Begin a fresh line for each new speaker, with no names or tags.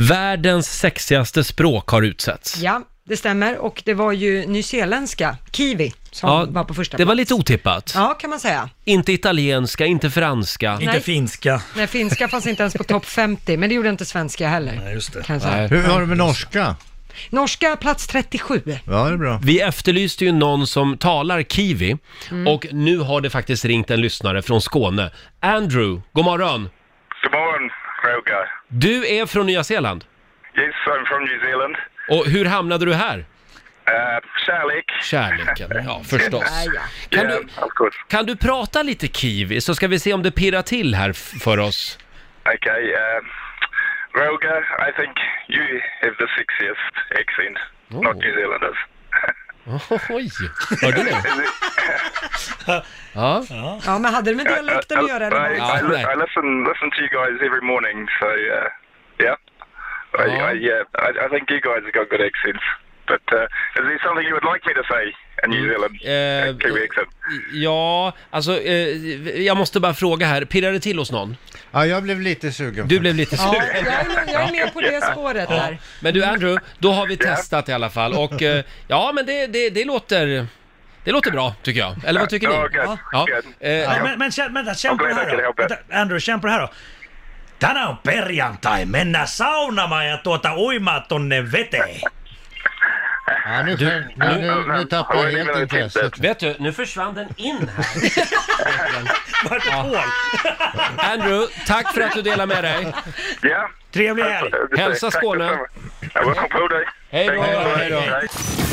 Världens sexigaste språk har utsetts.
Ja, det stämmer. Och det var ju nyzeeländska, kiwi, som var på första
det var
plats.
lite otippat.
Ja, kan man säga.
Inte italienska, inte franska.
Nej.
Inte finska.
Nej, finska fanns inte ens på topp 50, men det gjorde inte svenska heller.
Nej, just det.
Kan jag säga.
Nej.
Hur har du med norska?
Norska plats 37.
Ja, det är bra.
Vi efterlyste ju någon som talar kiwi
Mm.
och nu har det faktiskt ringt en lyssnare från Skåne. Andrew, god morgon.
Good morning, Roger.
Du är från Nya Zeeland.
Yes, I'm from New Zealand.
Och hur hamnade du här?
Uh, Shalik.
Kärleken, ja förstås. Kan
Yeah,
du,
of course.
kan du prata lite kiwi så ska vi se om det pirrar till här f- för oss?
Okay, uh, Roger, I think you have the sexiest accent, not New Zealanders.
Oj, hörde du? Ja.
Ja, men hade det med
Uh,
dialekten att göra?
I,
eller vad?
I, li-
Yeah.
I listen listen to you guys every morning, so uh, yeah. I, I, yeah, I, I think you guys have got good accents. But uh, is there something you would like me to say in New Zealand?
eh,
Uh, Kiwi accent.
Ja, alltså eh, jag måste bara fråga här, pirrar det till hos någon?
Ja, jag blev lite sugen.
Du blev lite sur.
Ja, jag är, med, jag är med på det spåret där.
Men du Andrew, då har vi testat i alla fall och eh, ja men det, det, det låter det låter bra tycker jag, eller vad tycker ni?
Ja, okej.
Ja.
Okej.
Eh,
Nej, men, men känn, vänta, känn
Onko
på det
jotakin
här då.
helppoa?
Vänta, Andrew, känn på det här då. Tänään on perjantai, mennään saunamaan ja tuota uimaan tonne veteen.
Ja, nu, nu,
Oh,
nu, nu, nu tappar jag helt intresset.
Vet du, nu försvann den in här.
Vart ett hål.
Andrew, tack för att du delar med dig.
Yeah.
Trevlig helg.
Hälsa Skåne.
Jag var på dig.
Hej då, hej då.
Hej.